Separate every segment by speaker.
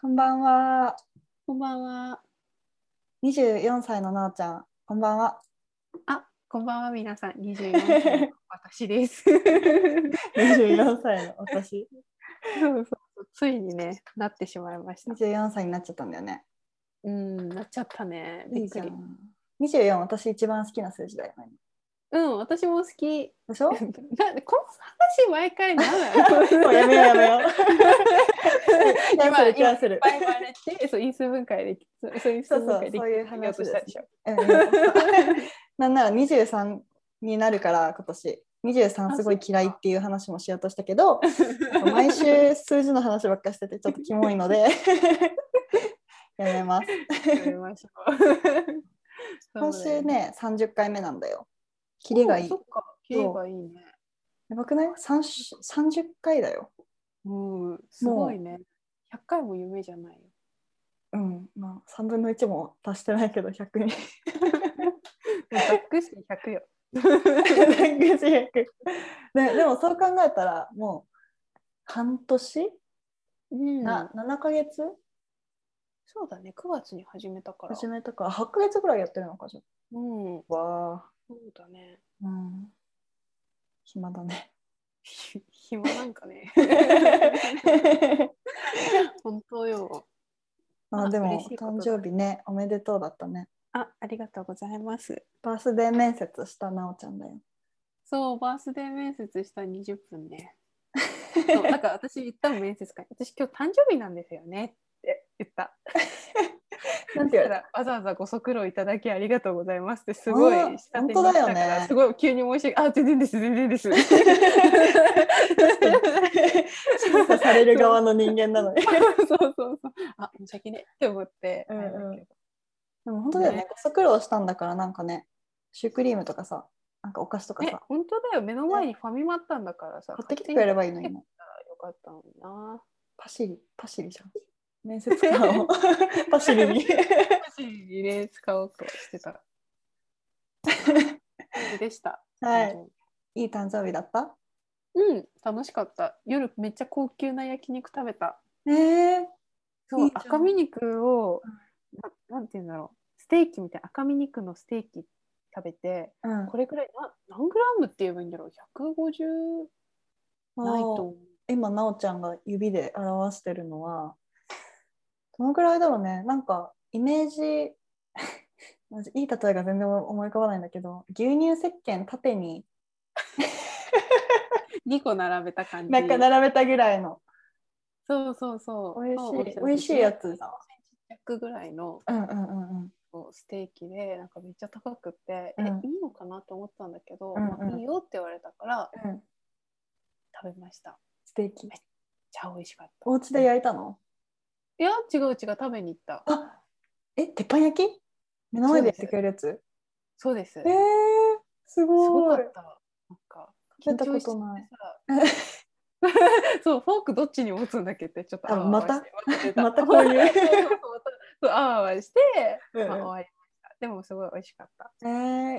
Speaker 1: こんばんは。
Speaker 2: こんばんは。
Speaker 1: 24歳のなおちゃん、こんばんは。
Speaker 2: あ、こんばんは皆 さん。24歳の私です。そう
Speaker 1: 24歳の私。
Speaker 2: そうそうついにね、なってしまいました。
Speaker 1: 24歳になっちゃったんだよね。
Speaker 2: うん、なっちゃったね。びっくり。
Speaker 1: いいじゃん24、私一番好きな数字だよね。
Speaker 2: うん、私も好き。
Speaker 1: で しょ
Speaker 2: なんでこの話毎回なん なの
Speaker 1: やめようやめよう。キャンセ
Speaker 2: 今
Speaker 1: ルキャ
Speaker 2: 今
Speaker 1: ンセ
Speaker 2: いっ
Speaker 1: ル。
Speaker 2: ぱい言われて、そう因数分解でき、そうそう因数分解でき
Speaker 1: そうそうそういう
Speaker 2: 言おうとしたでしょ。
Speaker 1: うん うんなんなら23になるから今年。23すごい嫌いっていう話もしようとしたけど毎週数字の話ばっかしててちょっとキモいの でやめます
Speaker 2: やめましょうそうだよね
Speaker 1: 今週ね30回目なんだよ。キリがいい
Speaker 2: お。そっか、切りがいいね。
Speaker 1: やばくない 30, ?30 回だよ。
Speaker 2: うん、すごいね。100回も夢じゃないよ。
Speaker 1: うん。まあ3分の1も足してないけど100に。
Speaker 2: もうざっくし100よ。
Speaker 1: 100ででもそう考えたらもう半年、
Speaker 2: うん
Speaker 1: な ?7 ヶ月
Speaker 2: そうだね、9月に始めたから。
Speaker 1: 始めたから8ヶ月ぐらいやってるのかじゃ
Speaker 2: うん、
Speaker 1: あ。わあ。
Speaker 2: そうだね。
Speaker 1: うん。暇だ ね。
Speaker 2: ひ暇なんか ね。本当よ。
Speaker 1: まあで
Speaker 2: まあ
Speaker 1: も
Speaker 2: 嬉しいこと
Speaker 1: 誕
Speaker 2: だ
Speaker 1: 生日ねおめでとうだったね。
Speaker 2: あ、ありがとうございます。
Speaker 1: バースデー面接したなおちゃんだよ。
Speaker 2: そう、バースデー面接した20分 ね。そうなんか私言ったの面接官に私今日誕生日なんですよねって言った。
Speaker 1: なんて言われた
Speaker 2: そしたらわざわざご足労いただきありがとうございますってすごい
Speaker 1: あー
Speaker 2: 下手に言っ
Speaker 1: 本当
Speaker 2: たか
Speaker 1: だよ
Speaker 2: ら
Speaker 1: ね
Speaker 2: すごい急に申し訳あ全然です全然です
Speaker 1: 審査される側の人間なのに。
Speaker 2: そうそうそう。あ、申し訳ねえって思って。
Speaker 1: うんうん
Speaker 2: あれだけど
Speaker 1: でも本当だよね
Speaker 2: ね。
Speaker 1: ご苦労したんだから、なんかね、シュークリームとかさ、なんかお菓子とか
Speaker 2: ね
Speaker 1: さ、、
Speaker 2: 本当だよ。目の前にファミマあったんだからさ。
Speaker 1: 買ってきてくれればいいの
Speaker 2: 買
Speaker 1: に
Speaker 2: ってき
Speaker 1: ね。
Speaker 2: たらよかったのにな。
Speaker 1: パシリ、パシリじゃん。面接官を パシリ に。
Speaker 2: 私リレー使おうとしてた。感じでした。
Speaker 1: はい。
Speaker 2: 本
Speaker 1: いい誕生日だった
Speaker 2: 当に。うん、楽しかった。夜めっちゃ高級な焼肉食べた。
Speaker 1: ええ
Speaker 2: そう、
Speaker 1: いいじゃん
Speaker 2: 赤身肉を、ななんて言うんだろう。ステーキみたいな赤身肉のステーキ食べて、
Speaker 1: うん。
Speaker 2: これくらいな何グラムって言えばいいんだろう。150ないと思う。
Speaker 1: 今、なおちゃんが指で表してるのは、どのくらいだろうね。なんか、イメージ、 マジいい例えが全然思い浮かばないんだけど、牛乳石鹸縦に
Speaker 2: 2個並べた感じ。
Speaker 1: なんか並べたぐらいの。
Speaker 2: そうそうそう。
Speaker 1: 美味
Speaker 2: そう
Speaker 1: しい美味しいやつ。だ。
Speaker 2: 100ぐらいの
Speaker 1: うんうんうん
Speaker 2: こうステーキでなんかめっちゃ高くって、
Speaker 1: うん
Speaker 2: えいいのかなと思ったんだけど、
Speaker 1: うんうん
Speaker 2: まあいいよって言われたから
Speaker 1: うん。うん、
Speaker 2: 食べました。
Speaker 1: ステーキ。
Speaker 2: めっちゃ美味しかった。
Speaker 1: お家で焼いたの
Speaker 2: いや違う違う食べに行った。
Speaker 1: あえ、鉄板焼き目の前でやってくれるやつ
Speaker 2: そうです。す
Speaker 1: えー、す
Speaker 2: ご
Speaker 1: ごい
Speaker 2: かった。なんか
Speaker 1: 食べたことない
Speaker 2: 緊張しちゃってさ そうフォークどっちに持つんだっけってちょっと
Speaker 1: あまた
Speaker 2: わわしてた
Speaker 1: またこういう
Speaker 2: そうそうそうまたそうあわあわして、
Speaker 1: うんうん
Speaker 2: まあ、終わりました。でもすごい美味しかった。
Speaker 1: え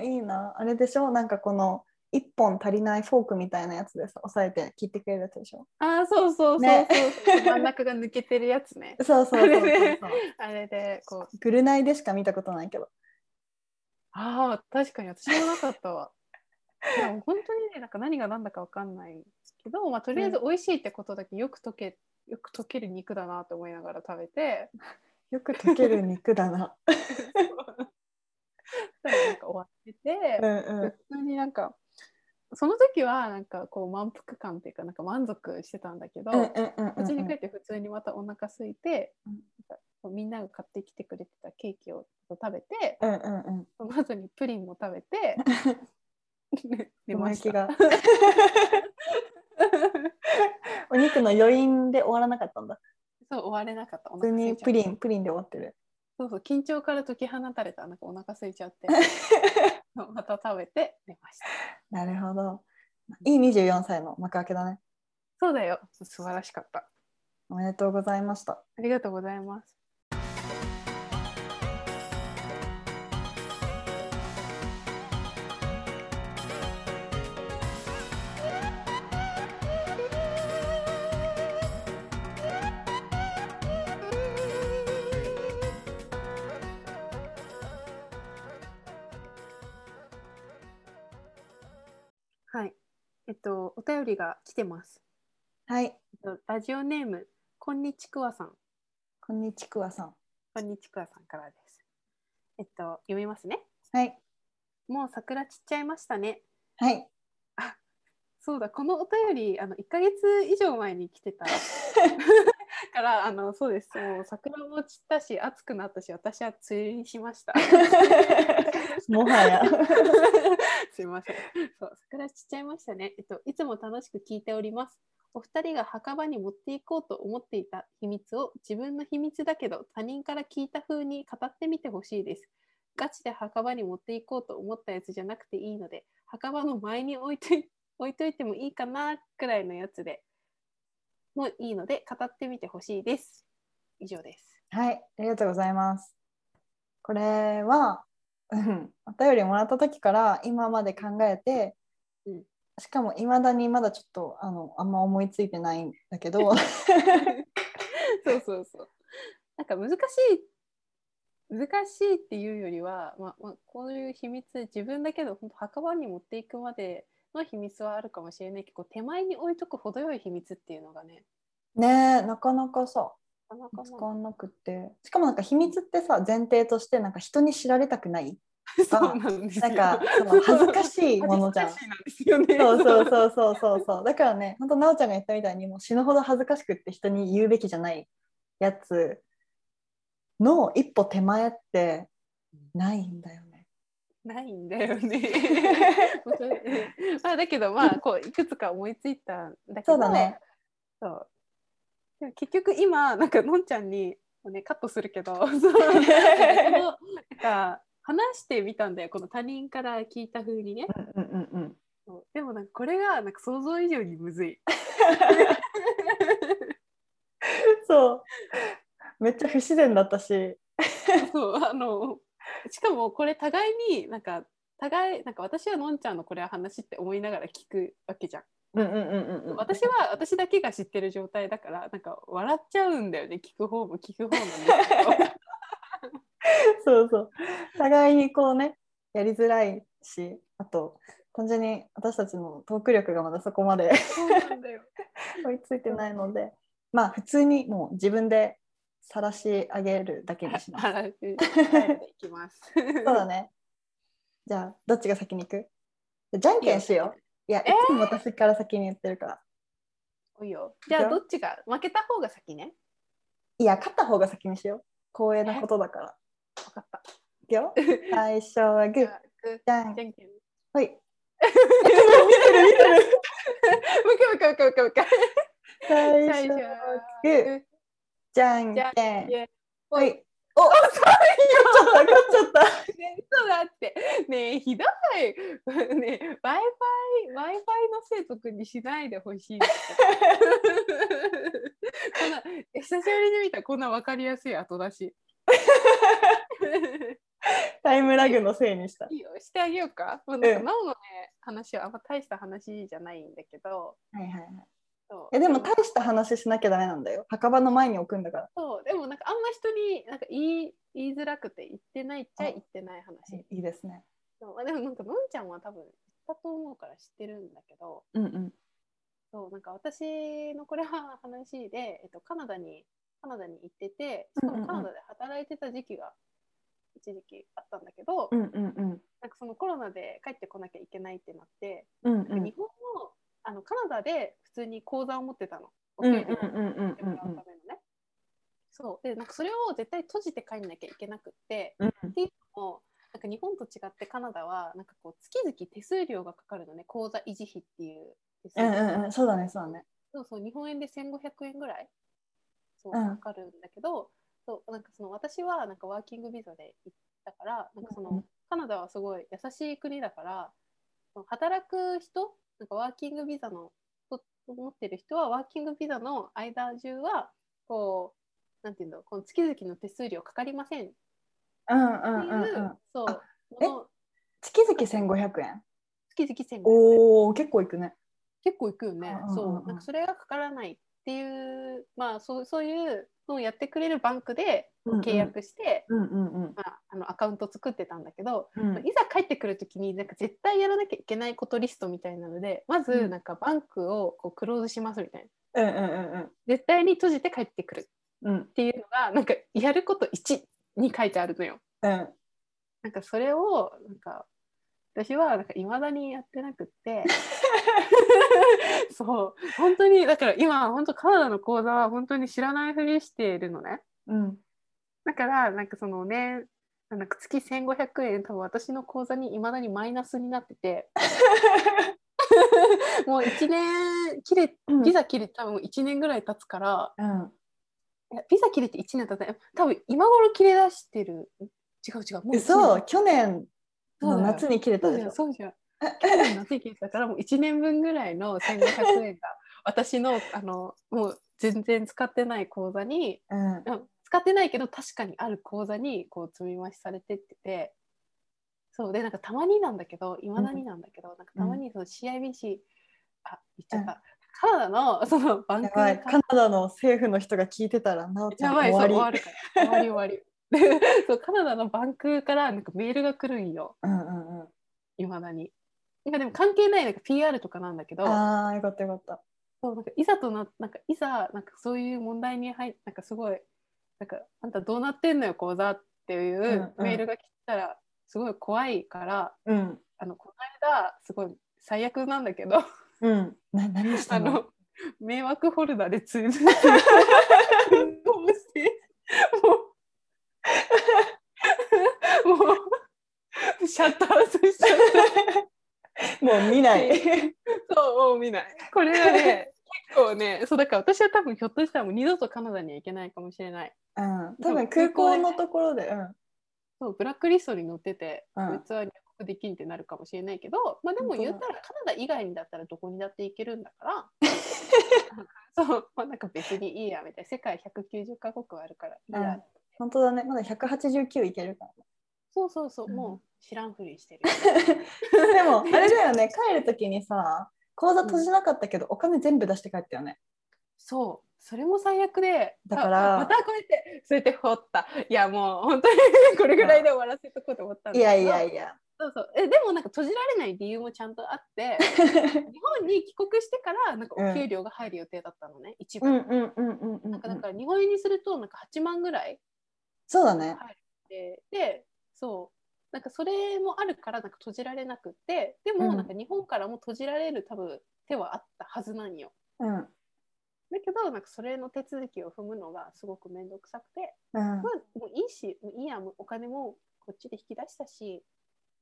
Speaker 1: ー、いいな。あれでしょなんかこの一本足りないフォークみたいなやつでさ、押さえて切ってくれるやつでしょ
Speaker 2: あーそうそうそうそう、
Speaker 1: ね
Speaker 2: 真ん中が抜けてるやつ ね
Speaker 1: そうそうそうそう
Speaker 2: あれね
Speaker 1: そう。
Speaker 2: あれでこう
Speaker 1: ぐるないでしか見たことないけど。
Speaker 2: ああ確かに私もなかったわでも本当にねなんか何が何だかわかんないけど、まあ、とりあえず美味しいってことだけよく溶けよく溶ける肉だなと思いながら食べて
Speaker 1: よく溶ける肉だ な。
Speaker 2: そしたらなんか終わってて
Speaker 1: う、んう
Speaker 2: 普通になんかその時はなんかこう満腹感っていうかなんか満足してたんだけど、
Speaker 1: ん。うんうんうん
Speaker 2: う
Speaker 1: うん
Speaker 2: ち
Speaker 1: う
Speaker 2: に帰
Speaker 1: ん。
Speaker 2: って普通にまたお腹空いて、
Speaker 1: うん
Speaker 2: なんかこうみんなが買ってきてくれてたケーキを食べて
Speaker 1: うんうんうん。
Speaker 2: その後にプリンも食べ て寝
Speaker 1: 雲
Speaker 2: ま
Speaker 1: 行
Speaker 2: し
Speaker 1: き
Speaker 2: た。
Speaker 1: が お肉の余韻で終わらなかったんだ。
Speaker 2: そう終われなかった。お
Speaker 1: 普通
Speaker 2: 腹空い
Speaker 1: に
Speaker 2: ちゃ
Speaker 1: プ
Speaker 2: う
Speaker 1: リン、プリンで終わってる。
Speaker 2: そうそう緊張から解き放たれたなんかお腹空いちゃ ってそうまた食べて寝ました。
Speaker 1: なるほど。いい24歳の幕開けだね。
Speaker 2: そうだよ素晴らしかった。
Speaker 1: おめでとうございました。
Speaker 2: ありがとうございます。えっと、お便りが来てます。
Speaker 1: はい。
Speaker 2: えっとラジオネーム、こんにちくわさん。
Speaker 1: こんにちくわさん。
Speaker 2: こんにちくわさんからです。えっと、読みますね。
Speaker 1: はい。
Speaker 2: もう桜散っちゃいましたね。
Speaker 1: はい。
Speaker 2: そうだ、このお便り、あの1ヶ月以上前に来てた から、あのそうです、もう桜も散ったし、暑くなったし、私は梅雨にしました。
Speaker 1: もは や。
Speaker 2: すいません。そう、桜散っちゃいましたね。えっと、いつも楽しく聞いております。お二人が墓場に持っていこうと思っていた秘密を自分の秘密だけど他人から聞いた風に語ってみてほしいです。ガチで墓場に持っていこうと思ったやつじゃなくていいので、墓場の前に置いとい置いといて もいいかなくらいのやつでもういいので語ってみてほしいです。以上です。
Speaker 1: はい。ありがとうございます。これは、うん、お便りもらった時から今まで考えて、
Speaker 2: うん
Speaker 1: しかもいまだにまだちょっとあのあんま思いついてないんだけ ど
Speaker 2: そうそうそう。なんか難しい難しいっていうよりは、まあまあ、こういう秘密自分だけど本当墓場に持っていくまでの秘密はあるかもしれないけどこう手前に置いとく程よい秘密っていうのがね
Speaker 1: ねえなかなかさ
Speaker 2: なかな
Speaker 1: 見
Speaker 2: か
Speaker 1: つ
Speaker 2: な
Speaker 1: かんなくってしかもなんか秘密ってさ前提としてなんか人に知られたくない
Speaker 2: そうなんですよ
Speaker 1: なんかそ の恥ずかしいものじゃん。
Speaker 2: 恥ずかしいなんです
Speaker 1: そ
Speaker 2: よ
Speaker 1: う
Speaker 2: ね
Speaker 1: そうそうそうそうそうだからねほんと奈緒ちゃんが言ったみたいにもう死ぬほど恥ずかしくって人に言うべきじゃないやつの一歩手前ってないんだよね。
Speaker 2: ないんだよ ね。 本当にまあだけどまあこういくつか思いついたんだけど
Speaker 1: そうだね。
Speaker 2: そうでも結局今なんかのんちゃんに、ね、カットするけど そうなんかこのなんか話してみたんだよこの他人から聞いた風にね。
Speaker 1: うんうんうん
Speaker 2: そうでもなんかこれがなんか想像以上にむずい。
Speaker 1: そうめっちゃ不自然だったし
Speaker 2: そうあのしかもこれ互いになんか互いなんか私はのんちゃんのこれは話って思いながら聞くわけじゃん。
Speaker 1: うんうんうんうん
Speaker 2: 私は私だけが知ってる状態だからなんか笑っちゃうんだよね聞く方も聞く方なんですけど
Speaker 1: そうそう互いにこうねやりづらいしあと単純に私たちのトーク力がまだそこまで
Speaker 2: そうなんだよ
Speaker 1: 追いついてないのでまあ普通にもう自分で晒し上げるだけにし ます。
Speaker 2: 笑って帰っていきます
Speaker 1: そうだね。じゃあ、どっちが先に行くじゃんけんしよう。いや、いつも私から先に言ってるから。
Speaker 2: おいよじゃあどっちが負けた方が先ね
Speaker 1: いや、勝った方が先にしよう。光栄なことだから。
Speaker 2: 分かった
Speaker 1: いくよ。最初はグ
Speaker 2: じ
Speaker 1: ー
Speaker 2: ゃ、あグ
Speaker 1: じゃん
Speaker 2: ーじゃんけん
Speaker 1: ほい。
Speaker 2: むかむかむかむかむか
Speaker 1: 最
Speaker 2: 最
Speaker 1: 初
Speaker 2: 初
Speaker 1: は
Speaker 2: は
Speaker 1: グー、じゃん
Speaker 2: じゃん
Speaker 1: けん。
Speaker 2: けん
Speaker 1: ほい。お、勝っちゃった、勝っちゃっ
Speaker 2: ねそうだってねえひどい ねえ w i f i w i f i のせいとくにしないでほしいこんな久しぶりに見たこんな分かりやすい後出
Speaker 1: た。
Speaker 2: し
Speaker 1: タイムラグのせいにした。
Speaker 2: いいよしてあげようか,、まあ、なん
Speaker 1: う
Speaker 2: か
Speaker 1: ん
Speaker 2: なおのね話はあんま大した話じゃないんだけど
Speaker 1: はいはいはい。
Speaker 2: そう
Speaker 1: え、でも大した話しなきゃダメなんだよ。墓場の前に置くんだから。
Speaker 2: そうでもなんかあんま人になんか言い言いづらくて言ってないっちゃ言ってない話、
Speaker 1: いいですね。
Speaker 2: そうまあ、でもなんかのんちゃんは多分言ったと思うから知ってるんだけど、
Speaker 1: うんうん。
Speaker 2: そうなんか私のこれは話で、 えっと、カナダにカナダに行ってて
Speaker 1: う
Speaker 2: し
Speaker 1: ん
Speaker 2: か
Speaker 1: うんうん
Speaker 2: もカナダで働いてた時期が一時期あったんだけど、
Speaker 1: うんうんうん。
Speaker 2: なんかそのコロナで帰ってこなきゃいけないってなって、
Speaker 1: うん
Speaker 2: なんか日本のあのカナダで普通に講座を持ってたの。お給料を
Speaker 1: うんうんうんうんうんうん
Speaker 2: 持ってもらうためのね。そうでなんかそれを絶対閉じて帰んなきゃいけなくって
Speaker 1: うん。
Speaker 2: っていうのもなんか日本と違ってカナダはなんかこう月々手数料がかかるのね講座維持費っていう手数
Speaker 1: う
Speaker 2: 料
Speaker 1: んうんうん、そうだね、そうだね。
Speaker 2: そうそう日本円で1500円ぐらいそう
Speaker 1: うん
Speaker 2: かかるんだけど、そうなんかその私はなんかワーキングビザで行ったからなんかその、
Speaker 1: うんうん
Speaker 2: カナダはすごい優しい国だからその働く人なんかワーキングビザのと持ってる人はワーキングビザの間中はこうなんていうんだろうこの月々の手数料かかりませんっていう、
Speaker 1: うんうんうんうん。
Speaker 2: そう
Speaker 1: あえ
Speaker 2: もの
Speaker 1: 月々1500円。
Speaker 2: 月々1500円
Speaker 1: おお、結構いくね。
Speaker 2: 結構いくよね、
Speaker 1: うんうんうんうん
Speaker 2: そうなんかそれがかからないっていう、まあ、そうそういうのをやってくれるバンクで
Speaker 1: うんうん
Speaker 2: 契約して、
Speaker 1: うんうんうん
Speaker 2: まあ、あのアカウント作ってたんだけど、
Speaker 1: うん
Speaker 2: まあいざ帰ってくる時になんか絶対やらなきゃいけないことリストみたいなのでま
Speaker 1: う
Speaker 2: ず
Speaker 1: ん
Speaker 2: なんかバンクをこうクローズしますみたいな
Speaker 1: うんうん
Speaker 2: 絶対に閉じて帰ってくる
Speaker 1: うんうん
Speaker 2: っていうのがなんかやること1に書いてあるのよ。
Speaker 1: うん
Speaker 2: なんかそれをなんか私はなんか未だにやってなくって そう本当にだから今本当カナダの講座は本当に知らないふりしているのね
Speaker 1: うん
Speaker 2: だからなんかそのねなんか月1500円多分私の口座にいまだにマイナスになって てもう1年切れ
Speaker 1: うん
Speaker 2: ビザ切れて多分1年ぐらい経つから
Speaker 1: うん
Speaker 2: いやビザ切れて1年経つ多分今頃切れ出してる違う違うもう一年
Speaker 1: 嘘去年の夏に切れ
Speaker 2: そ
Speaker 1: た
Speaker 2: う
Speaker 1: でし
Speaker 2: じゃん、
Speaker 1: ょ
Speaker 2: そうじゃん。去年の席だからもう1年分ぐらいの1500円が 私のあのもう全然使ってない口座に
Speaker 1: うん
Speaker 2: うん使ってないけど確かにある口座にこう積み増しされてっててそうでなんかたまになんだけどいまだになんだけど、なんかたまにその CIBC、あ言っちゃった、カナダのそのバンク
Speaker 1: やば
Speaker 2: の
Speaker 1: いカナダの政府の人が聞いてたらなおちゃ
Speaker 2: や
Speaker 1: ん
Speaker 2: ばいそう
Speaker 1: 終
Speaker 2: 終
Speaker 1: わ
Speaker 2: わ
Speaker 1: り
Speaker 2: るから終わり終わりでそうカナダのバンクからなんかメールが来るんよ。
Speaker 1: うんうんうん
Speaker 2: いまだに。なんかでも関係ないなんか PR とかなんだけど
Speaker 1: ああよかったよかった
Speaker 2: そうなんかいざとななんかいざなんかそういう問題に入っなんかすごいなんかあんたどうなってんのよ講座ってい
Speaker 1: ん
Speaker 2: う
Speaker 1: うん
Speaker 2: メールが来たらすごい怖いから、
Speaker 1: うん
Speaker 2: あのこの間すごい最悪なんだけど
Speaker 1: うんな何し
Speaker 2: あ
Speaker 1: たの
Speaker 2: の迷惑フォルダで通知してもうもうシャッターとしちゃった。
Speaker 1: もう見ない
Speaker 2: そう、もう見ない。これはね、結構ね、そうだから私は多分ひょっとしたらもう二度とカナダには行けないかもしれない。
Speaker 1: うん多分空港のところでうん
Speaker 2: そう、ブラックリストに載ってて、
Speaker 1: うん
Speaker 2: こいつは入国できんってなるかもしれないけど、まあでも
Speaker 1: 本当だ
Speaker 2: 言ったらカナダ以外にだったらどこにだって行けるんだ から、そう、まあなんか別にいいやみたいな、世界190カ国あるからいいや。
Speaker 1: うん本当だねまだ189いけるから
Speaker 2: そうそうそう、
Speaker 1: うん
Speaker 2: もう知らんふりしてる。
Speaker 1: でもあれだよね帰る時にさ口座閉じなかったけど、お金全部出して帰ったよね
Speaker 2: そう。それも最悪で
Speaker 1: だから
Speaker 2: あまたこうやってそうやって掘ったいやもう本当にこれぐらいで終わらせとこうと思ったんだ
Speaker 1: い
Speaker 2: けど
Speaker 1: やいやいや
Speaker 2: そうそうえでもなんか閉じられない理由もちゃんとあって 日本に帰国してからなんかお給料が入る予定だったのね、一部、
Speaker 1: うんうんうんうんうん、う
Speaker 2: なんかだ
Speaker 1: ん、
Speaker 2: から日本円にするとなんか8万ぐらい
Speaker 1: そうだね
Speaker 2: ででそうなんかそれもあるからなんか閉じられなくってでも
Speaker 1: うん
Speaker 2: なんか日本からも閉じられる多分手はあったはずなんよ
Speaker 1: うん
Speaker 2: だけどなんかそれの手続きを踏むのがすごく面倒くさくて、
Speaker 1: うん
Speaker 2: まあ、もういいしもういいやもうお金もこっちで引き出したし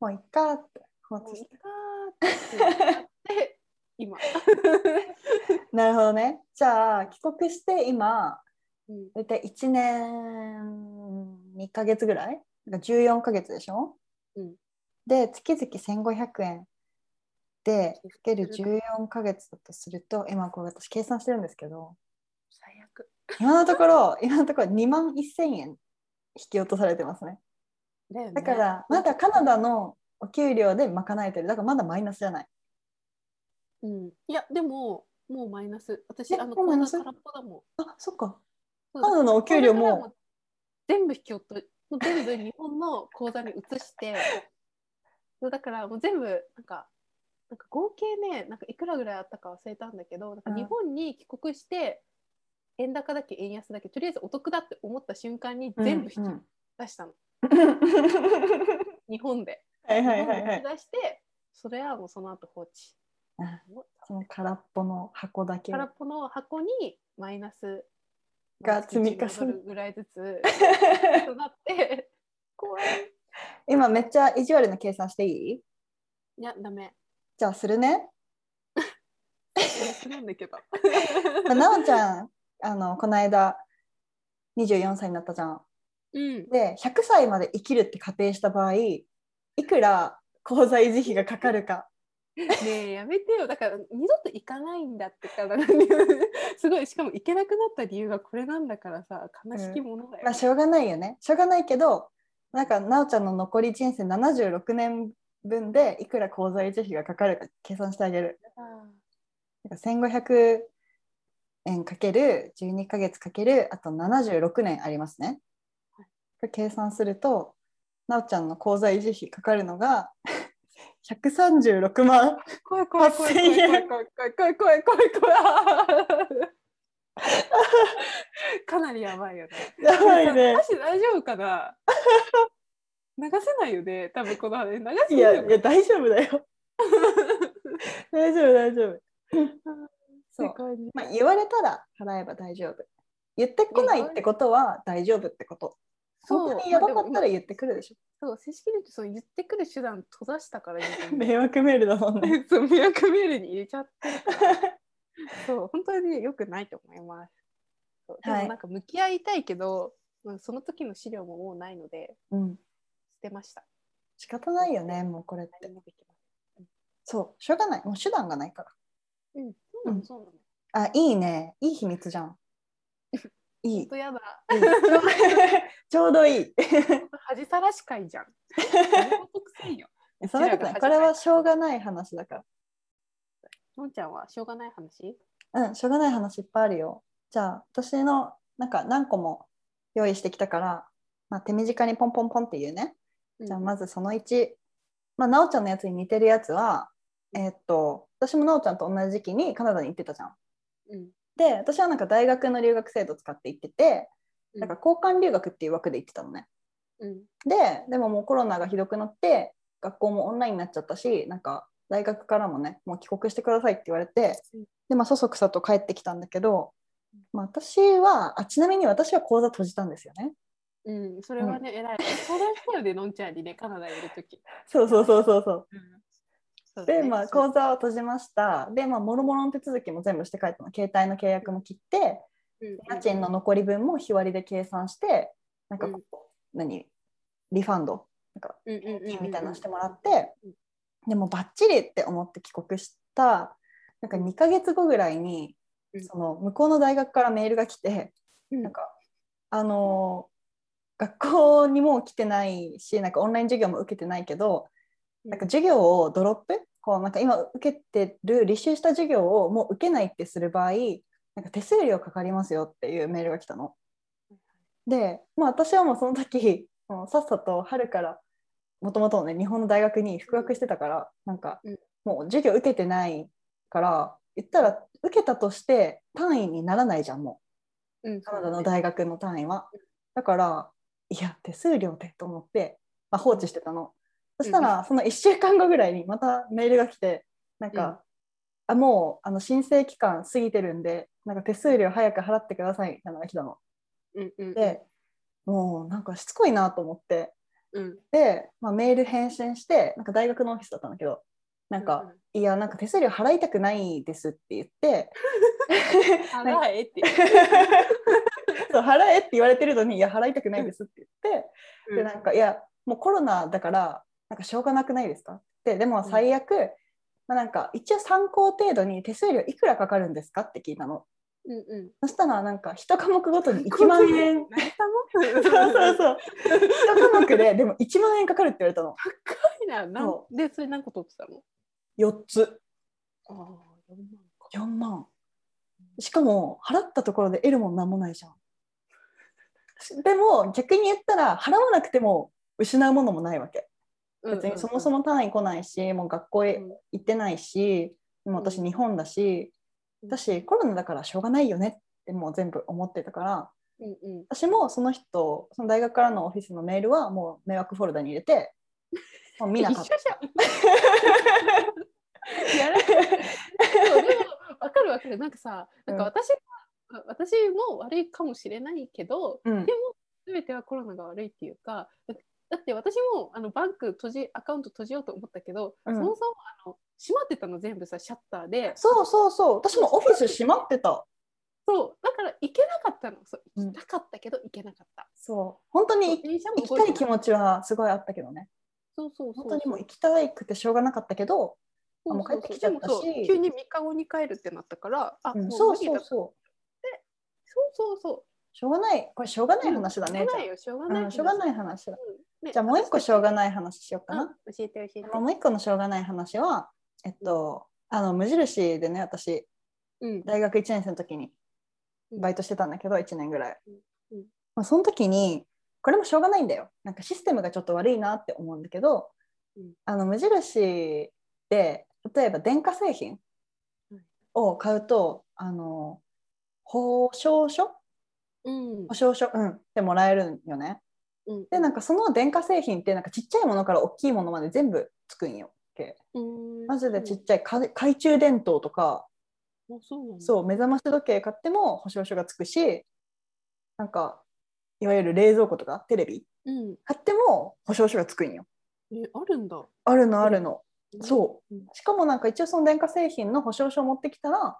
Speaker 1: もういっかって放
Speaker 2: も
Speaker 1: 置
Speaker 2: うい
Speaker 1: し
Speaker 2: い
Speaker 1: て
Speaker 2: かーってなって 今。
Speaker 1: なるほどねじゃあ帰国して今
Speaker 2: うん
Speaker 1: 大体1年2ヶ月ぐらいなんか14ヶ月でしょ、
Speaker 2: うん
Speaker 1: で月々1500円でかける14ヶ月だとすると今これ私計算してるんですけど
Speaker 2: 最悪
Speaker 1: 今のとこ ろ今のところ2万1000円引き落とされてますね
Speaker 2: だよね
Speaker 1: だからまだカナダのお給料で賄えてるだからまだマイナスじゃない
Speaker 2: うん、いやでももうマイナス私
Speaker 1: え
Speaker 2: あの
Speaker 1: もう
Speaker 2: 口
Speaker 1: マイナ
Speaker 2: 座
Speaker 1: ス
Speaker 2: 空っぽだも
Speaker 1: あそっか
Speaker 2: ん
Speaker 1: カナダのお給料も
Speaker 2: 全部引き落ともう全部日本の口座に移してそうだからもう全部なんかなんか合計ねなんかいくらぐらいあったか忘れたんだけどなんか
Speaker 1: うん
Speaker 2: 日本に帰国して、円高だっけ円安だっけとりあえずお得だって思った瞬間に全
Speaker 1: う
Speaker 2: 部引
Speaker 1: んう
Speaker 2: き
Speaker 1: ん
Speaker 2: 出したの、日本で
Speaker 1: はいはい
Speaker 2: 日
Speaker 1: は
Speaker 2: 本
Speaker 1: い
Speaker 2: で
Speaker 1: は
Speaker 2: 引
Speaker 1: い
Speaker 2: き出してそれはもうその後放置
Speaker 1: あその空っぽの箱だけ
Speaker 2: 空っぽの箱にマイナス
Speaker 1: が積み重ね
Speaker 2: なるぐらい ずつとなって怖い
Speaker 1: 今めっちゃ意地悪な計算していい
Speaker 2: いやダメ
Speaker 1: じゃあするね。
Speaker 2: それなんだけ ど
Speaker 1: まあなおちゃんあのこの間24歳になったじゃん。
Speaker 2: うん
Speaker 1: で100歳まで生きるって仮定した場合いくら口座維持費がかかるか。
Speaker 2: ねえやめてよだから二度と行かない んだってからすごいしかも行けなくなった理由がこれなんだからさ悲しきものだよ、
Speaker 1: まあしょうがないよね。しょうがないけどなんかなおちゃんの残り人生76年分でいくら口座維持費がかかるか計算してあげる。
Speaker 2: あ
Speaker 1: なんか1500円かける12ヶ月かけるあと76年ありますね。これ計算するとなおちゃんの口座維持費かかるのが 136万
Speaker 2: 怖い怖い怖い怖い怖い怖い怖い怖い怖い怖い かなりやばいよね。
Speaker 1: やばいね
Speaker 2: マジ大丈夫かな 流せないよね多分この話流せ
Speaker 1: い
Speaker 2: な
Speaker 1: や
Speaker 2: いよ
Speaker 1: い
Speaker 2: ね
Speaker 1: や大丈夫だ よ大丈夫大丈夫そ
Speaker 2: っ
Speaker 1: う
Speaker 2: て、感じ
Speaker 1: まあ、言われたら払えば大丈夫言ってこないってことは大丈夫ってこと
Speaker 2: そう
Speaker 1: 本当にやばかった
Speaker 2: ま
Speaker 1: ら
Speaker 2: あでも
Speaker 1: 言ってくるでし
Speaker 2: そう正式に言うとそう言ってくる手段閉ざしたから自
Speaker 1: ょ
Speaker 2: 分で
Speaker 1: 迷惑メールだもんね
Speaker 2: そう迷惑メールに入れちゃってるから そう本当に良くないと思いますそうで
Speaker 1: は
Speaker 2: も
Speaker 1: い
Speaker 2: なんか向き合いたいけど、うんその時の資料ももうないので
Speaker 1: うん
Speaker 2: 捨てました
Speaker 1: 仕方ないよねもうこれって
Speaker 2: 何もできない
Speaker 1: そうしょうがないもう手段がないか
Speaker 2: うんそうな
Speaker 1: う
Speaker 2: の
Speaker 1: ん
Speaker 2: そうなの
Speaker 1: らあいいねいい秘密じゃんいい
Speaker 2: 本当やだ
Speaker 1: いいちょうちょうどいい
Speaker 2: 恥さらし 会じゃんやめてくせえよ
Speaker 1: そんなことないこれはしょうがない話だか
Speaker 2: のんちゃんはしょうがない話
Speaker 1: らうんしょうがない話いっぱいあるよじゃあ私のなんか何個も用意してきたから、まあ、手短にポンポンポンって言うねじゃあまずその1、まあ、なおちゃんのやつに似てるやつはえーっと私もなおちゃんと同じ時期にカナダに行ってたじゃん
Speaker 2: うん、
Speaker 1: で私はなんか大学の留学制度使って行っててなんか交換留学っていう枠で行ってたのね
Speaker 2: うん、
Speaker 1: ででももうコロナがひどくなって学校もオンラインになっちゃったしなんか大学からもねもう帰国してくださいって言われて
Speaker 2: うん
Speaker 1: で、まあ、そそくさと帰ってきたんだけど、まあ、私はあちなみに私は講座閉じたんですよね
Speaker 2: うん、それはね、偉い。相談したよね、のんちゃんにね、カナダにいるとき。
Speaker 1: そうそうそうそうそう
Speaker 2: そうだね
Speaker 1: で、まあ、
Speaker 2: そう
Speaker 1: 口座を閉じましたでまあもろもろの手続きも全部して帰ったの携帯の契約も切って
Speaker 2: うん
Speaker 1: 家賃の残り分も日割りで計算してなんかこう、何リファンドなんか
Speaker 2: うんうんうんうん
Speaker 1: 金
Speaker 2: うん
Speaker 1: みたいなのしてもらって
Speaker 2: うん
Speaker 1: でもバッチリって思って帰国したなんか2ヶ月後ぐらいに
Speaker 2: うん
Speaker 1: その向こうの大学からメールが来て
Speaker 2: うん
Speaker 1: なんかあのー学校にも来てないしなんかオンライン授業も受けてないけど
Speaker 2: うん
Speaker 1: なんか授業をドロップこうなんか今受けてる履修した授業をもう受けないってする場合なんか手数料かかりますよっていうメールが来たの。で、まあ、私はもうその時もうさっさと春からもともとね日本の大学に復学してたからなんか
Speaker 2: うん
Speaker 1: もう授業受けてないから言ったら受けたとして単位にならないじゃんも
Speaker 2: うん、
Speaker 1: うカナダの大学の単位は。だからいや手数料でと思って、まあ、放置してたの。そしたらその1週間後ぐらいにまたメールが来てなんか、あもうあの申請期間過ぎてるんでなんか手数料早く払ってくださいみたいなのが来たの。
Speaker 2: うんうん、
Speaker 1: でもうなんかしつこいなと思って
Speaker 2: うん、
Speaker 1: で、まあ、メール返信してなんか大学のオフィスだったんだけどなんか、いやなんか手数料払いたくないですって言って
Speaker 2: うん、うん、払えって。
Speaker 1: そう払えって言われてるのにいや払いたくないですって言ってでなんかいやもうコロナだからなんかしょうがなくないですかってでも最悪、まあ、なんか一応参考程度に手数料いくらかかるんですかって聞いたの
Speaker 2: うんうん、
Speaker 1: そしたらなんか一科目ごとに1万円
Speaker 2: 何
Speaker 1: そ
Speaker 2: 様。
Speaker 1: うそう
Speaker 2: う。
Speaker 1: そう一科目ででも1万円かかるって言われたの
Speaker 2: な、なん
Speaker 1: そ、
Speaker 2: で、それ何個取ってたの。
Speaker 1: 4つ
Speaker 2: ああ、四万か。
Speaker 1: 4万しかも払ったところで得るもんなんもないじゃんでも逆に言ったら払わなくても失うものもないわけ別にそもそ
Speaker 2: も。
Speaker 1: も単位来ないしもう学校へ行ってないし、もう私
Speaker 2: うん
Speaker 1: 日本だし、
Speaker 2: うん
Speaker 1: 私コロナだからしょうがないよねってもう全部思ってたから
Speaker 2: うんうん。
Speaker 1: 私もその人その大学からのオフィスのメールはもう迷惑フォルダに入れてもう見な
Speaker 2: 一
Speaker 1: か
Speaker 2: 緒
Speaker 1: っ
Speaker 2: じ
Speaker 1: た
Speaker 2: ゃん。 やらそうでも分かる分かるなんかさなんか私、は私も悪いかもしれないけど
Speaker 1: うん
Speaker 2: で全てはコロナが悪いっていうかだだって私もあのバンク閉じアカウント閉じようと思ったけど、
Speaker 1: うん
Speaker 2: そもそもあの閉まってたの全部さシャッターで
Speaker 1: そうそうそう私もオフィス閉まってた
Speaker 2: そうだから行けなかったのそう
Speaker 1: うん
Speaker 2: 行きたかったけど行けなかった、
Speaker 1: そう本当に
Speaker 2: 電車も
Speaker 1: 行き
Speaker 2: 動
Speaker 1: た
Speaker 2: て
Speaker 1: い気持ちはすごいあったけどね
Speaker 2: そうそうそう
Speaker 1: 本当にもう行きたくてしょうがなかったけど
Speaker 2: そう
Speaker 1: もう帰ってきちゃったし
Speaker 2: でもそう急に3日後に帰るってなったからあ、
Speaker 1: うん
Speaker 2: も
Speaker 1: そう
Speaker 2: 無理
Speaker 1: そ
Speaker 2: だ
Speaker 1: うそう
Speaker 2: そうそうそう
Speaker 1: しょうがないこれしょうがない話だ
Speaker 2: しょ
Speaker 1: ね
Speaker 2: うが
Speaker 1: じゃ
Speaker 2: ないよしょうが
Speaker 1: あ
Speaker 2: ない、
Speaker 1: うんしょうがない話だ
Speaker 2: うんね
Speaker 1: じゃあもう一個しょうがない話しようか
Speaker 2: うん
Speaker 1: な。
Speaker 2: 教えて教えて
Speaker 1: もう一個のしょうがない話は、えっと、あの無印でね私
Speaker 2: うん
Speaker 1: 大学1年生の時にバイトしてたんだけど1年ぐらい
Speaker 2: うんうん、
Speaker 1: まあ、その時にこれもしょうがないんだよなんかシステムがちょっと悪いなって思うんだけど、
Speaker 2: うん
Speaker 1: あの無印で例えば電化製品
Speaker 2: うん
Speaker 1: を買うとあの保証書
Speaker 2: うん
Speaker 1: 保証書、うん、でもらえるんよね
Speaker 2: うん
Speaker 1: でなんかその電化製品ってなんかちっちゃいものから大きいものまで全部つくんよ
Speaker 2: うん
Speaker 1: マジでちっちゃいか懐中電灯とか
Speaker 2: あそうなんだ
Speaker 1: そう目覚まし時計買っても保証書がつくしなんかいわゆる冷蔵庫とかテレビ
Speaker 2: うん
Speaker 1: 買っても保証書がつくんよ
Speaker 2: えあるんだ
Speaker 1: あるのあるの、
Speaker 2: う
Speaker 1: そう
Speaker 2: うん
Speaker 1: しかもなんか一応その電化製品の保証書を持ってきたら
Speaker 2: ん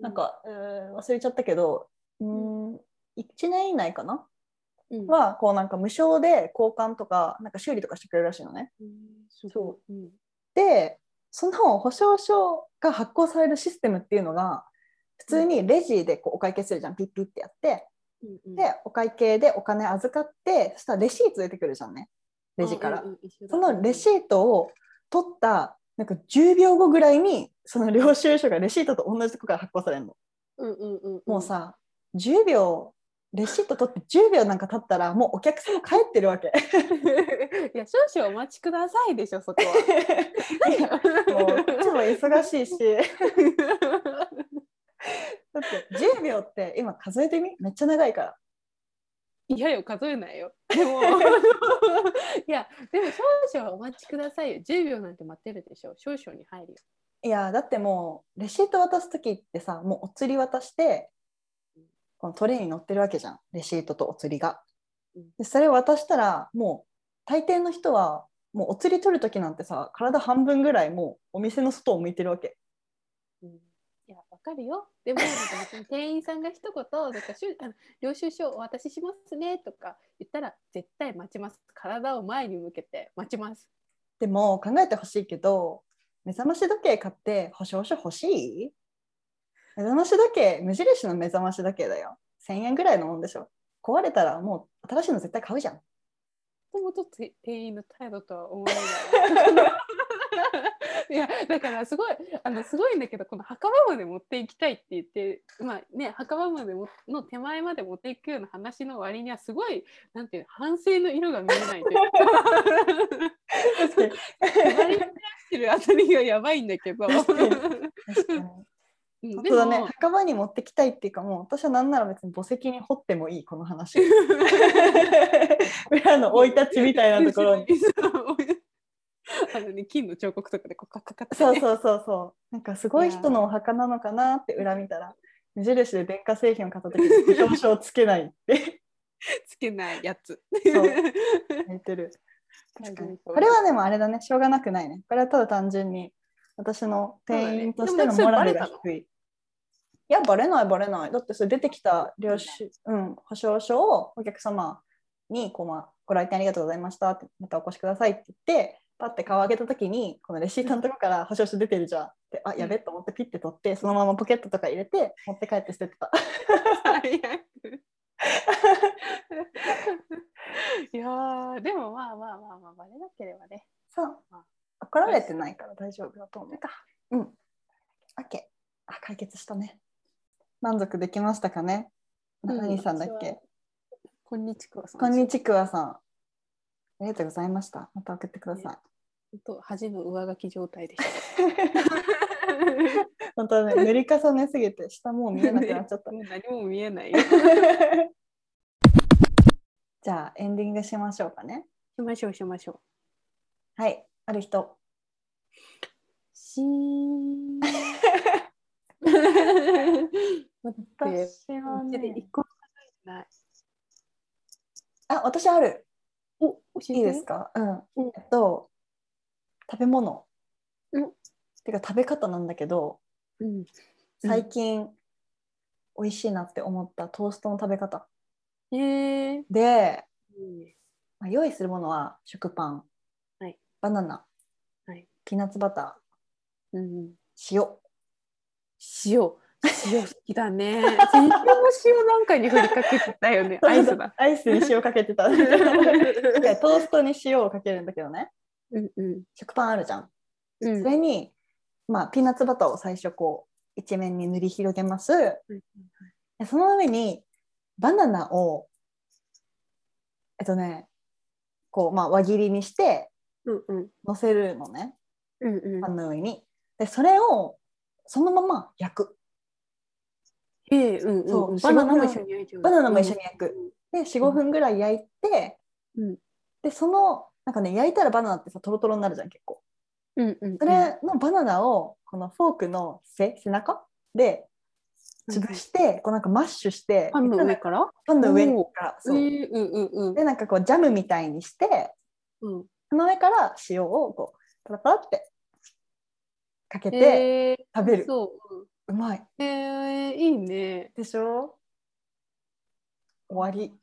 Speaker 1: なんか、えー忘れちゃったけどうーん1年以内かな
Speaker 2: うん
Speaker 1: はこうなんか無償で交換とかなんか修理とかしてくれるらしいのね
Speaker 2: うんす
Speaker 1: そ
Speaker 2: ごいうん
Speaker 1: でその保証書が発行されるシステムっていうのが普通にレジでこうお会計するじゃんピッピッってやって
Speaker 2: うんうん
Speaker 1: でお会計でお金預かってそしたらレシート出てくるじゃんねレジから、
Speaker 2: あうんうん一緒だ
Speaker 1: そのレシートを取ったなんか10秒後ぐらいにその領収書がレシートと同じとこから発行されるの、
Speaker 2: うんうんうんん
Speaker 1: もうさ10秒レシート取って10秒なんか経ったらもうお客さんも帰ってるわ け
Speaker 2: いや少々お待ちくださいでしょそこは。
Speaker 1: いやもう こっちも忙しいしだって10秒って今数えてみめっちゃ長いから
Speaker 2: いやよ数えないよ。でも いやでも少々お待ちくださいよ。10秒なんて待ってるでしょ。少々に入るよ。
Speaker 1: いやだってもうレシート渡す時ってさもうお釣り渡してこのトレイに乗ってるわけじゃんレシートとお釣りが
Speaker 2: うん。
Speaker 1: でそれを渡したらもう大抵の人はもうお釣り取る時なんてさ体半分ぐらいもうお店の外を向いてるわけ。
Speaker 2: うんいやわかるよ。でもなんか別に店員さんが一言なんかしゅあの領収書お渡ししますねとか言ったら絶対待ちます。体を前に向けて待ちます。
Speaker 1: でも考えてほしいけど目覚まし時計買って保証書欲しい目覚まし時計無印の目覚まし時計だよ1000円ぐらいのもんでしょ壊れたらもう新しいの絶対買うじ ゃん
Speaker 2: もともとて店員の態度とは思えない な。いやだからすごいあのすごいんだけどこの墓場まで持っていきたいって言ってまあね墓場までもの手前まで持っていくような話の割にはすごいなんていうの反省の色が見えないと いうか割り出してるあたりがやばいんだけど。
Speaker 1: 確かに確かに
Speaker 2: うん
Speaker 1: 本
Speaker 2: で
Speaker 1: 当だね
Speaker 2: も
Speaker 1: 墓場に持ってきたいっていうかもう私は何なら別に墓石に掘ってもいいこの 話裏の生い立ちみたいなところ に
Speaker 2: あのね金の彫刻とかでこうカッカッカッて
Speaker 1: そうそうそうそうなんかすごい人のお墓なのかなって裏見たら無印で電化製品を買った時に保証書をつけ ないって
Speaker 2: つけないやつ。
Speaker 1: そう言ってる確かにこれはでもあれだねしょうがなくないねこれはただ単純に私の店員としてのモラルが
Speaker 2: そう
Speaker 1: 低い、いやバレないバレないだってそれ出てきた領収、うん、保証書をお客様にこう、まあ、ご来店ありがとうございましたってまたお越しくださいって言ってパッて顔上げた時にこのレシートのとこから保証書出てるじゃんってあやべっと思ってピッて取ってそのままポケットとか入れて持って帰って捨ててた
Speaker 2: 最悪いやーでもまあまあまあまあバレなければね。
Speaker 1: そう怒られてないから大丈夫だと思う
Speaker 2: か
Speaker 1: うん。OK。あ、解決したね。満足できましたかね。
Speaker 2: うん
Speaker 1: 何さんだっけ、
Speaker 2: こんにちは。
Speaker 1: こんにちくわさん。ありがとうございました。また送ってください。
Speaker 2: と恥の上書き状態でした。
Speaker 1: 本当ね、塗り重ねすぎて、下もう 見えなくなっちゃ った。
Speaker 2: もう何も見えない。
Speaker 1: じゃあ、エンディングしましょうかね。
Speaker 2: しましょうしましょう。
Speaker 1: はい、ある人。
Speaker 2: し ーん。待って。
Speaker 1: 私は
Speaker 2: うちで
Speaker 1: ね
Speaker 2: 一、個も考えてない。
Speaker 1: あ、私ある。
Speaker 2: お、教えて。
Speaker 1: いいですか。うん。
Speaker 2: うん
Speaker 1: えっと。食べ物。
Speaker 2: うん
Speaker 1: てか、食べ方なんだけど。
Speaker 2: うん。
Speaker 1: 最近、美味しいなって思ったトーストの食べ方
Speaker 2: へえ。
Speaker 1: で、まあ、用意するものは食パン、
Speaker 2: はい
Speaker 1: バナナ、
Speaker 2: はい
Speaker 1: ピーナッツバタ
Speaker 2: うん。
Speaker 1: ー塩
Speaker 2: 塩塩好きだね 先週も塩なんかに振りかけてたよ ね アイスだ
Speaker 1: アイスに塩かけ てた
Speaker 2: う
Speaker 1: いやトーストに塩をかけるんだけどね
Speaker 2: んうん
Speaker 1: 食パンあるじゃん、
Speaker 2: う
Speaker 1: そ
Speaker 2: ん
Speaker 1: れに、まあ、ピーナッツバターを最初こう一面に塗り広げますでその上にバナナをえっとねこう、まあ、輪切りにして
Speaker 2: うんうん
Speaker 1: 乗せるのね
Speaker 2: うんうん
Speaker 1: パンの上に。でそれをそのまま焼く。
Speaker 2: ええうん
Speaker 1: そ
Speaker 2: うん
Speaker 1: う
Speaker 2: バナナも一緒に焼いてる
Speaker 1: バナナも一緒に焼く。で
Speaker 2: う
Speaker 1: 45
Speaker 2: ん
Speaker 1: 分ぐらい焼いて、
Speaker 2: うん
Speaker 1: でそのなんかね焼いたらバナナってさトロトロになるじゃん結構。
Speaker 2: うんうんうん
Speaker 1: それのバナナをこのフォークの背背中で潰してこうなんかマッシュして
Speaker 2: パンの上から
Speaker 1: パンの上
Speaker 2: おー
Speaker 1: から
Speaker 2: う
Speaker 1: そ
Speaker 2: ん
Speaker 1: う
Speaker 2: うんうん
Speaker 1: でなんかこうジャムみたいにして
Speaker 2: うん
Speaker 1: その上から塩をこうパラパラってかけて
Speaker 2: ええ
Speaker 1: 食べる、
Speaker 2: そううん
Speaker 1: うまい
Speaker 2: ええいいね
Speaker 1: でしょ終わり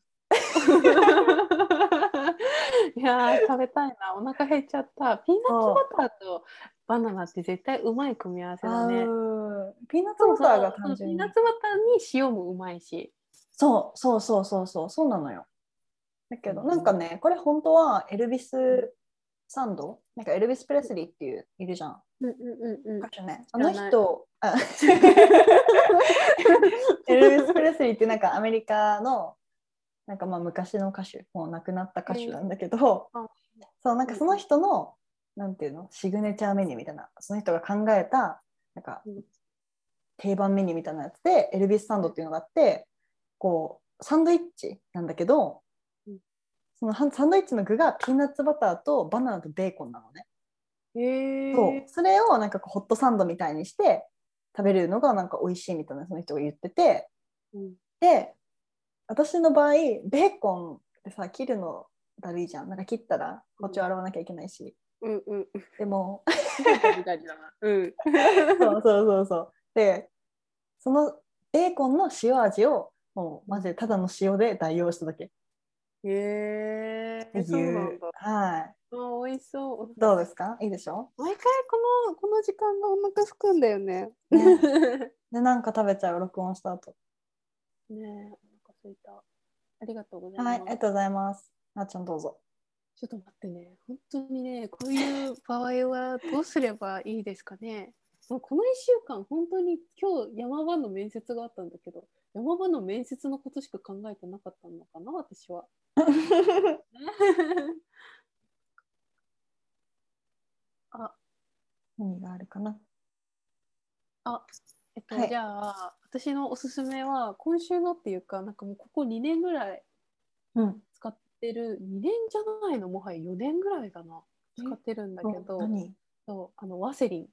Speaker 2: いやー食べたいなお腹減っちゃったピーナッツバターとバナナって絶対うまい組み合わせだね
Speaker 1: 合うピーナッツバターが単純
Speaker 2: ピー
Speaker 1: に
Speaker 2: ナッツバターに塩もうまいし
Speaker 1: そうそうそうそうそうそうなのよだけど
Speaker 2: うん
Speaker 1: なんかねこれ本当はエルビスサンドなんかエルビス・プレスリーっていういるじゃん
Speaker 2: うんうんうんうん
Speaker 1: 歌手ねあ
Speaker 2: らな
Speaker 1: の
Speaker 2: い
Speaker 1: 人 あエルビス・プレスリーってなんかアメリカのなんかまあ昔の歌手もう亡くなった歌手なんだけど、
Speaker 2: うんあ
Speaker 1: そうなんかその人のなんていうのシグネチャーメニューみたいなその人が考えたなんか
Speaker 2: うん
Speaker 1: 定番メニューみたいなやつでエルビス・サンドっていうのがあってこうサンドイッチなんだけど
Speaker 2: うん
Speaker 1: そのハンサンドイッチの具がピーナッツバターとバナナとベーコンなのね。
Speaker 2: へえ
Speaker 1: そうそれをなんかこうホットサンドみたいにして食べれるのがなんか美味しいみたいなその人が言ってて
Speaker 2: うん
Speaker 1: で私の場合ベーコンってさ切るのだるいじゃんなんか切ったら包丁洗わなきゃいけないし、
Speaker 2: うん うん
Speaker 1: でも
Speaker 2: みたいだなうん
Speaker 1: そうそうそうそうでそのベーコンの塩味をもうマジでただの塩で代用しただけっ
Speaker 2: へ
Speaker 1: てい
Speaker 2: え
Speaker 1: う
Speaker 2: そうなんだ
Speaker 1: はい
Speaker 2: あ美味しそう
Speaker 1: どうですかいいでし ょ
Speaker 2: 毎回このこの時間がお腹すくんだよね。
Speaker 1: ね
Speaker 2: ね
Speaker 1: でなんか食べちゃう録音した後
Speaker 2: え、お腹すいた。ありがとうございま
Speaker 1: は
Speaker 2: す。
Speaker 1: いありがとうございますなっちゃんどう ぞ
Speaker 2: ちょっと待ってね、本当にね、こういう場合はどうすればいいですかね。もうこの1週間、本当に今日山場の面接があったんだけど、山場の面接のことしか考えてなかったのかな、私 は。
Speaker 1: 何があるかな
Speaker 2: あ、えっと、
Speaker 1: はい
Speaker 2: じゃあ、私のおすすめは、今週のっていうか、なんかもうここ2年ぐらい
Speaker 1: うん
Speaker 2: 使ってる2年じゃないのもはや4年ぐらいかな使ってるんだけど
Speaker 1: 何
Speaker 2: そうあのワセリン、
Speaker 1: ね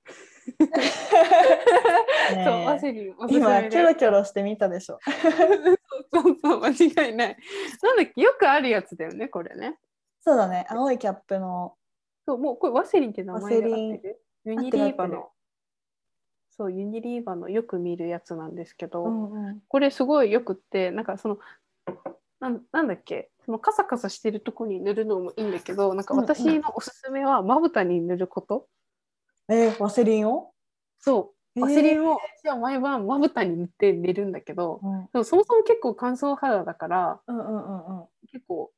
Speaker 1: え
Speaker 2: そうワセリンおすす
Speaker 1: 今
Speaker 2: め
Speaker 1: キョロ
Speaker 2: で
Speaker 1: キョロしてみたでしょ。
Speaker 2: そうそうそう間違いないなんだっけよくあるやつだよねこれね
Speaker 1: そうだね、青いキャップの。
Speaker 2: そうもうこれワセリンって名前で合っ
Speaker 1: ワセリン
Speaker 2: てるユニリーバ
Speaker 1: 合ってる合ってる
Speaker 2: のそうユニリーバのよく見るやつなんですけど、
Speaker 1: んうん、
Speaker 2: これすごいよくってなんかそのなんなんだっけそのカサカサしてるとこに塗るのもいいんだけどなんか私のおすすめはまぶたに塗ること、
Speaker 1: えーワセリンを、
Speaker 2: そうワセリ
Speaker 1: ン、
Speaker 2: ンを私は毎晩まぶたに塗って寝るんだけど
Speaker 1: うん、うん
Speaker 2: でもそもそも結構乾燥肌だから
Speaker 1: うんうんうん。
Speaker 2: 結構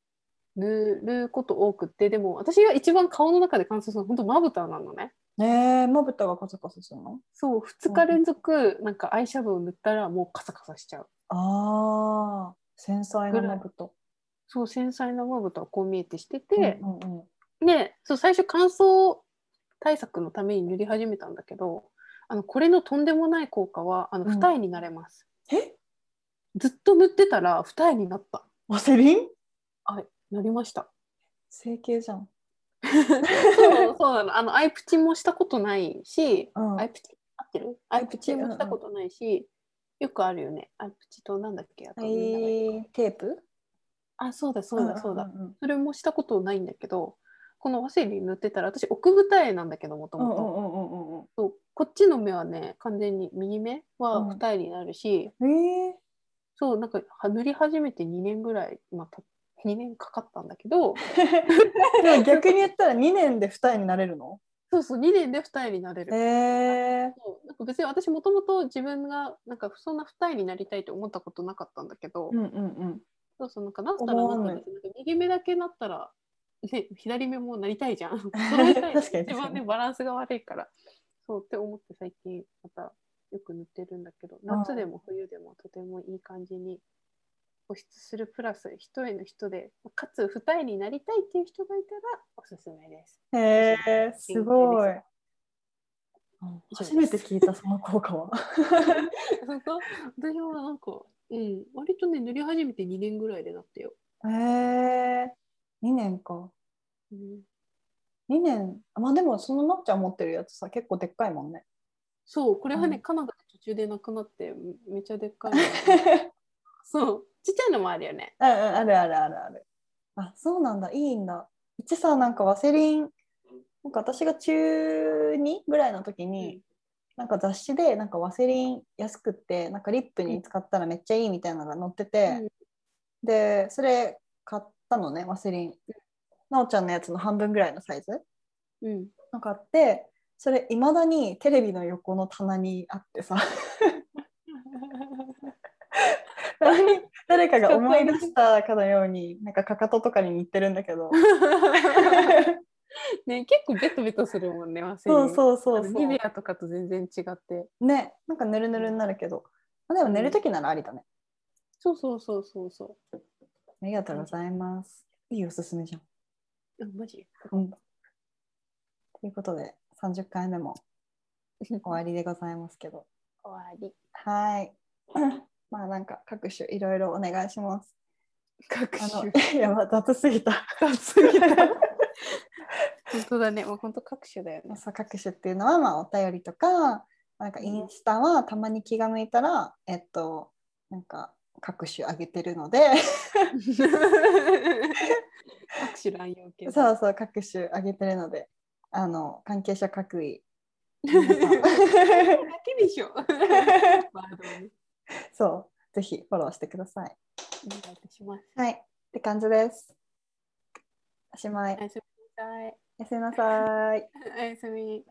Speaker 2: 塗ること多くってでも私が一番顔の中で乾燥するのは本当まぶたなのね
Speaker 1: ねえまぶたがカサカサするの
Speaker 2: そう2日連続なんかアイシャドウ塗ったらもうカサカサしちゃう
Speaker 1: ああ、繊細なまぶた。
Speaker 2: そう繊細なまぶたをこう見えてしてて、
Speaker 1: うんうんうん、
Speaker 2: でそう最初乾燥対策のために塗り始めたんだけどあのこれのとんでもない効果はあの
Speaker 1: うん
Speaker 2: 二重になれます、
Speaker 1: え
Speaker 2: ずっと塗ってたら二重になった
Speaker 1: ワセリン
Speaker 2: なり ました
Speaker 1: 整形じゃん。
Speaker 2: そうそうなのあのアイプチもしたことないし、
Speaker 1: うん
Speaker 2: アイプチ合ってる
Speaker 1: ア
Speaker 2: ア
Speaker 1: イ
Speaker 2: イ
Speaker 1: プ
Speaker 2: プ
Speaker 1: チ
Speaker 2: チもしたことないし、よくあるよねアイプチとなんだっけあと
Speaker 1: は
Speaker 2: みんなが言う
Speaker 1: い、テープ
Speaker 2: あそうだそうだそうだ、
Speaker 1: んん
Speaker 2: それもしたことないんだけどこのワセリン塗ってたら私奥二重なんだけどもと
Speaker 1: うんう
Speaker 2: も
Speaker 1: んう
Speaker 2: と
Speaker 1: んうんうんうん
Speaker 2: そうこっちの目はね完全に右目は二重になるし、
Speaker 1: うん。ええ
Speaker 2: そうなんかは塗り始めて2年ぐらい、まあ、た2年かかったんだけど
Speaker 1: でも逆に言ったら2年で二重になれる の
Speaker 2: そうそう2年で二重になれる
Speaker 1: え。え
Speaker 2: そうなんか別に私もともと自分がなんかそんな二重になりたいと思ったことなかったんだけど、
Speaker 1: うんうんうん。
Speaker 2: そうそうなんかなったらなった
Speaker 1: 思
Speaker 2: ら
Speaker 1: わない
Speaker 2: なんか右目だけなったら、ね、左目もなりたいじゃ んそ
Speaker 1: 確かに確かに
Speaker 2: 一番ねバランスが悪いからそうって思って最近またよく塗ってるんだけど夏でも冬でもとてもいい感じに保湿するプラス一重の人でかつ二重になりたいっていう人がいたらおすす めです。
Speaker 1: へえ、すごい
Speaker 2: 限定。
Speaker 1: 初めて聞いたその効果は。
Speaker 2: なんか私はなんか、うん、割とね塗り始めて2年ぐらいでなったよ。
Speaker 1: へえ、2年か。
Speaker 2: うん、
Speaker 1: 2年、あまあでもそのなっちゃん持ってるやつさ、結構でっかいもんね。
Speaker 2: そうこれはね、
Speaker 1: うん
Speaker 2: カナダで途中でなくなってめめちゃでっかいのそうちっちゃいのもあるよね。
Speaker 1: うんうん、あるあるあるある。あ、そうなんだ、いいんだ。うちさ、なんかワセリン、なんか私が中2ぐらいの時に、
Speaker 2: うん
Speaker 1: なんか雑誌で、なんかワセリン安くって、なんかリップに使ったらめっちゃいいみたいなのが載ってて、で、それ買ったのね、ワセリン。なおちゃんのやつの半分ぐらいのサイズ
Speaker 2: う ん、うん
Speaker 1: の買って、それいまだにテレビの横の棚にあってさ、誰かが思い出したかのように、なんかかかととかに似てるんだけど。
Speaker 2: ね結構ベトベトするもんねワセリン
Speaker 1: そうそうそう
Speaker 2: あ
Speaker 1: そ
Speaker 2: のニベ
Speaker 1: う。
Speaker 2: アとかと全然違って
Speaker 1: ね、なんかぬるぬるになるけど。まあ、でも寝るときならありだね。
Speaker 2: そうそうそうそうそ
Speaker 1: ありがとうございます。いいおすすめじゃん。
Speaker 2: うあマジ
Speaker 1: うん。ということで、30回目も終わりでございますけど。
Speaker 2: 終わり
Speaker 1: はい。 まあなんか各種いろいろお願いします。
Speaker 2: 各
Speaker 1: あの
Speaker 2: 種
Speaker 1: いや、まあ雑すぎた。
Speaker 2: 雑す ぎた本当だねもう本当各種だよ ね
Speaker 1: そう各種っていうのは、まあ、お便りとかなんかインスタはたまに気が向いたら、えっとなんか各種上げてるので
Speaker 2: 各種乱用系
Speaker 1: そうそう各種上げてるのであの関係者各位
Speaker 2: だけでしょワードをね
Speaker 1: そうぜひフォローしてください。
Speaker 2: お願いいたします
Speaker 1: はいって感じです。おしまい
Speaker 2: お。やすみなさい
Speaker 1: おやすみなさい。
Speaker 2: おやすみ